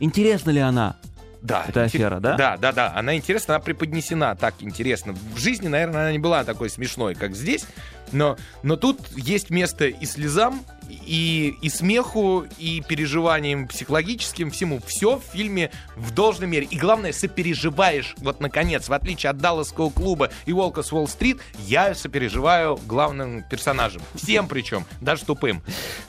Интересна ли она?
Да.
Это афера, да?
Да, да, да. Она интересна, она преподнесена так интересно. В жизни, наверное, она не была такой смешной, как здесь, но, но тут есть место и слезам, и, и смеху, и переживаниям психологическим, всему. Все в фильме в должной мере. И главное, сопереживаешь, вот, наконец, в отличие от Далласского клуба и Волка с Уолл-стрит, я сопереживаю главным персонажам. Всем причем, даже тупым.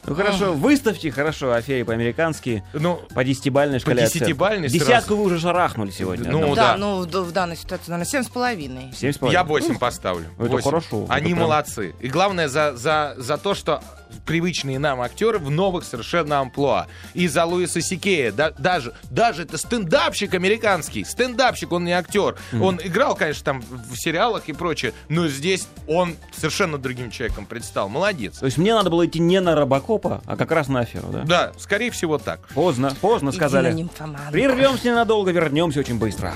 Ну
А.
хорошо, выставьте хорошо афере по-американски
Ну,
по десятибальной шкале оценок.
десятибальной сразу.
Десятку вы уже шарахнули сегодня.
Ну,
одному.
да.
да, ну д- в данной ситуации, наверное, семь с половиной.
Семь с
Я
половиной.
8 поставлю.
Ну, Это
Восемь.
хорошо.
Они
Это прям-
молодцы. И главное за, за, за то, что привычные нам актеры в новых совершенно амплуа. И за Луиса Сикея. Да- даже, даже это стендапщик американский. Стендапщик, он не актер. Он играл, конечно, там в сериалах и прочее, но здесь он совершенно другим человеком предстал. Молодец.
То есть мне надо было идти не на Робокопа, а как раз на аферу, да?
Да, скорее всего так.
Поздно, поздно
Иди на
сказали.
нимфоманку.
Прервемся ненадолго, вернемся очень быстро.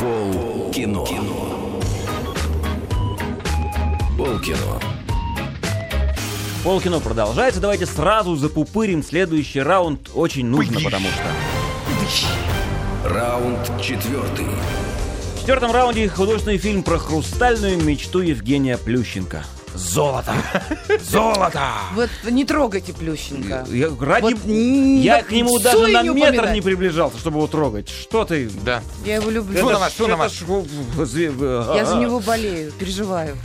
Полкино. Полкино.
Полкино продолжается. Давайте сразу запупырим следующий раунд. Очень нужно,
Пыдыщ.
потому что...
Раунд четвертый.
В четвертом раунде художественный фильм про хрустальную мечту Евгения Плющенко.
Золото. Золото.
Вот не трогайте Плющенко.
Я, ради...
Вот н-
я
вот
к нему
су
даже
и
на
не
метр
упоминай.
не приближался, чтобы его трогать. Что ты...
Да.
Я его люблю.
Фу на
Это
вас,
ж-
фу на
это
вас.
ж, э, э,
Я
а.
за него болею, переживаю.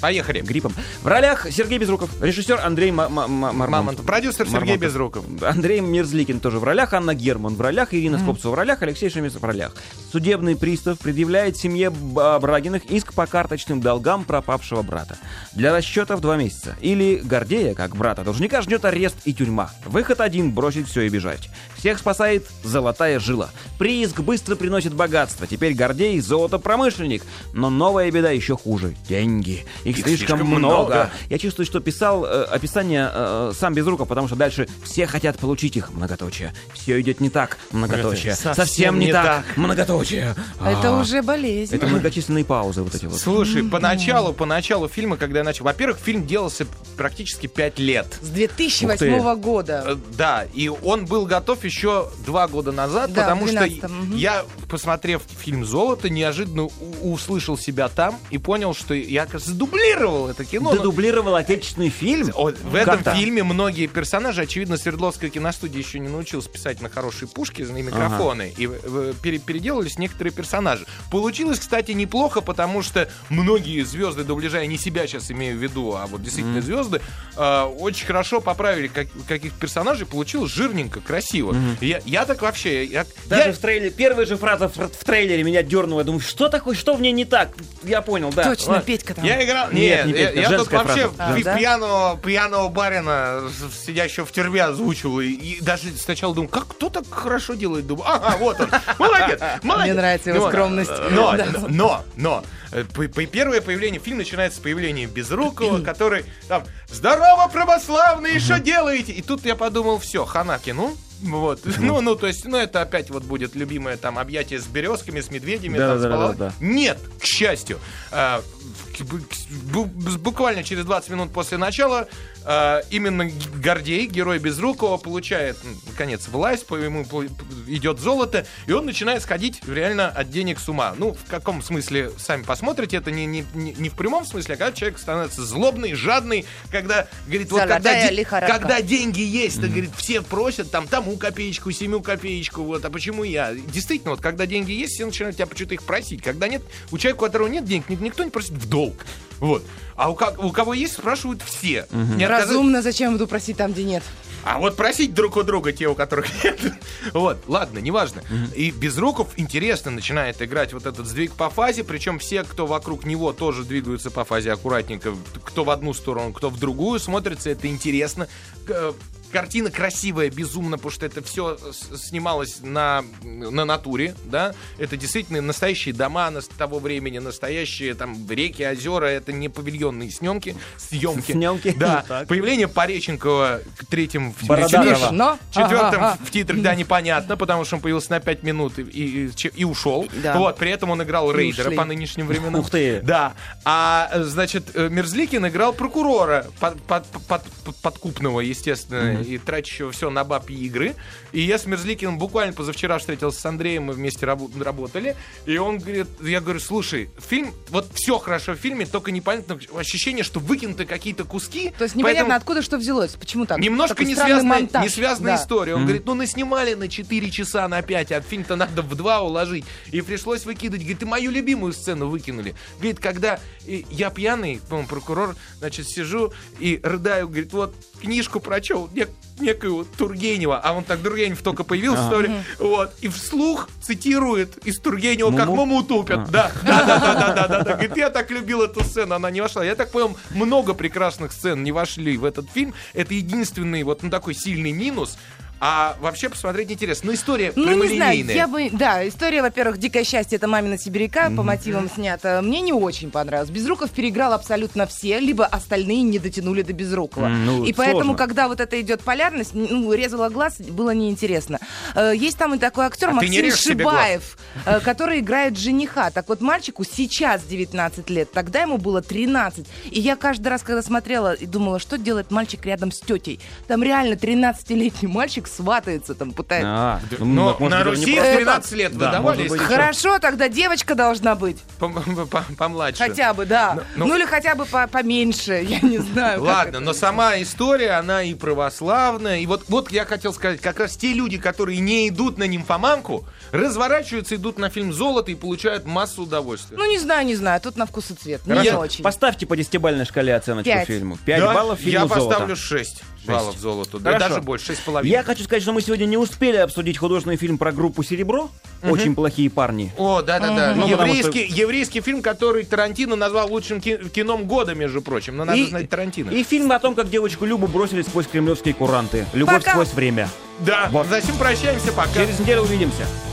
Поехали.
гриппом. В ролях Сергей Безруков, режиссер Андрей Ма- Ма- Ма- Мармонтов.
Мамонтов. Продюсер Сергей
Мармонтов.
Безруков.
Андрей Мерзликин тоже в ролях, Анна Герман в ролях, Ирина Скопцева в ролях, Алексей Шемец в ролях. Судебный пристав предъявляет семье Б- а, Брагиных иск по карточным долгам пропавшего брата. Для расчетов два месяца. Или Гордея, как брата должника, ждет арест и тюрьма. Выход один – бросить все и бежать. Всех спасает золотая жила. Прииск быстро приносит богатство. Теперь Гордей – золотопромышленник. Но новая беда еще хуже – деньги. Их, слишком,
слишком много.
много. Я чувствую, что писал э, описание э, сам без рука, потому что дальше все хотят получить их многоточие. Все идет не так, многоточие.
Совсем
Совсем, не
не
так, многоточие.
Это
А,
уже болезнь.
Это многочисленные паузы вот эти вот.
Слушай, поначалу, поначалу фильма, когда я начал... Во-первых, фильм делался практически пять лет.
С
Ух
2008 года.
Э, Да, и он был готов еще два года назад,
Да,
потому
в
что
12-м, мгм.
я, посмотрев фильм «Золото», неожиданно у- услышал себя там и понял, что я, кажется, дублировал это кино.
Ты
но-
дублировал отечественный фильм?
О, в этом
Как так?
фильме многие персонажи, очевидно, Свердловская киностудия еще не научилась писать на хорошие пушки на микрофоны. И э, пере- переделались некоторые персонажи. Получилось, кстати, неплохо, потому что многие звезды дубляжа, я не себя сейчас имею в виду, а вот действительно звезды, э, очень хорошо поправили как- каких-то персонажей. Получилось жирненько, красиво. Я, я так вообще... я-
Даже
я-
в трейлере, первая же фраза в, в трейлере меня дернула. Я думаю, что такое, что в ней не так? Я понял, да.
Точно,
ладно.
Петька там.
Я играл...
Нет,
Нет,
не
я,
песня,
я тут
женская
вообще
фраза.
А,
пи-
да?
пьяного, пьяного барина, с- сидящего в тюрьме, озвучивал. И, и даже сначала думал, как кто так хорошо делает? Думаю, ага, вот он. Молодец, молодец.
Мне нравится его
Вот.
скромность.
Но,
Да.
но, но, э, п- п- первое появление, фильм начинается с появления Безрукова, который там «Здорово, православные, что делаете?» И тут я подумал, все, хана кинул. Вот. Ну, ну, то есть, ну, это опять вот будет любимое там объятие с березками, с медведями,
Да,
там,
да,
с
да, да,
полами.
да.
Нет, к счастью. А, в- к- бу- к- бу- Буквально через 20 минут после начала а, именно Г- Гордей, герой Безрукова, получает, м, наконец, власть, по ему пл- п- идет золото, и он начинает сходить реально от денег с ума. Ну, в каком смысле, сами посмотрите, это не, не, не- не в прямом смысле, а когда человек становится злобный, жадный, когда, говорит, вот когда,
Золотая
де-
лихорадка.
когда деньги есть, то, говорит, все просят там тому копеечку, семью копеечку, вот, а почему я? Действительно, вот когда деньги есть, все начинают тебя почему-то их просить. Когда нет, у человека, у которого нет денег, ни- никто не просит в долг. Вот. А у, ко- у кого есть, спрашивают все. Не отказать-
Разумно, зачем я буду просить там, где нет?
А вот просить друг у друга те, у которых нет. Вот, ладно, неважно. И Безруков интересно начинает играть вот этот сдвиг по фазе, причем все, кто вокруг него, тоже двигаются по фазе аккуратненько, кто в одну сторону, кто в другую, смотрится это интересно. К- э, Картина красивая, безумно, потому что это все снималось на, на натуре, да, это действительно настоящие дома нас- того времени, настоящие там реки, озера, это не павильонные снимки, съемки.
Съемки.
Да,
Так.
Появление Пореченкова к третьим в
Бородатого.
в-
Но?
в четвертом
Ага, ага.
в титрах, да, непонятно, потому что он появился на 5 минут и, и- и че- и ушел.
Да.
Вот, при этом он играл рейдера
ушли.
по нынешним временам.
Ух ты.
Да. А, э, значит, э, Мерзликин играл прокурора под- под- под- под- подкупного, естественно, и тратящего все на бабьи игры. И я с Мерзликиным буквально позавчера встретился с Андреем, мы вместе рабо- работали. И он говорит, я говорю, слушай, фильм, вот все хорошо в фильме, только непонятно, ощущение, что выкинуты какие-то куски.
То есть непонятно,
поэтому-
откуда что взялось. Почему так?
Немножко
Такой
не
странный
связанная,
монтаж.
не связанная
Да.
история. Он говорит, ну наснимали на 4 часа, на 5, а фильм-то надо в 2 уложить. И пришлось выкидывать. Говорит, и мою любимую сцену выкинули. Говорит, когда э, я пьяный, по-моему, прокурор, значит, сижу и рыдаю, говорит, вот книжку прочел, нек- некую Тургенева, а он так Тургенев только появился, что ли, вот, и вслух цитирует из Тургенева, как
Муму?
маму
А.
тупят, да, да, да, да, да, да, да, да, говорит, я так любил эту сцену, она не вошла, я так понял, много прекрасных сцен не вошли в этот фильм, это единственный вот, ну, такой сильный минус, а вообще посмотреть интересно. Ну, история
Ну, не знаю,
прямолинейная.
я бы... Да, история, во-первых, «Дикое счастье» — это «Мамина сибиряка», по мотивам снята. Мне не очень понравилось. Безруков переиграл абсолютно все, либо остальные не дотянули до Безрукова.
М, ну,
и поэтому,
сложно.
когда вот это идет полярность, ну, резала глаз, было неинтересно. Э, Есть там и такой актер
А ты не
Максим
режь себе глаз.
Шибаев, э, который играет жениха. Так вот, мальчику сейчас 19 лет, тогда ему было 13. И я каждый раз, когда смотрела и думала, что делает мальчик рядом с тетей, там реально 13-летний мальчик мальчик сватается, там пытается.
А, ну,
Но
так, может
на
быть, они
Руси в
просто-
прав-
13 лет
Да,
выдавались.
может быть.
Хорошо, тогда девочка должна быть.
Пом- пом- Помладше.
Хотя бы, да. Ну,
Ну, ну-
или хотя бы по- поменьше, я не знаю. как
Ладно, ну.
это.
но сама история, она и православная. И вот, вот я хотел сказать, как раз те люди, которые не идут на нимфоманку, разворачиваются, идут на фильм «Золото» и получают массу удовольствия.
Ну, не знаю, не знаю, тут на вкус и цвет. Не
Хорошо,
очень.
поставьте по десятибалльной шкале оценочку
Пять.
фильму. 5
Да,
баллов фильму
Я
«Золото».
поставлю 6, баллов «Золоту». Да
Хорошо.
даже больше, 6,5.
Я хочу сказать, что мы сегодня не успели обсудить художественный фильм про группу «Серебро». Очень плохие парни.
О, да-да-да.
Ну, потому
еврейский, еврейский фильм, который Тарантино назвал лучшим ки- кином года, между прочим. Но Ну, надо знать Тарантино.
И фильм о том, как девочку Любу бросили сквозь кремлевские куранты. Любовь
Пока.
сквозь время.
Да,
Вот.
затем прощаемся, пока.
Через неделю увидимся.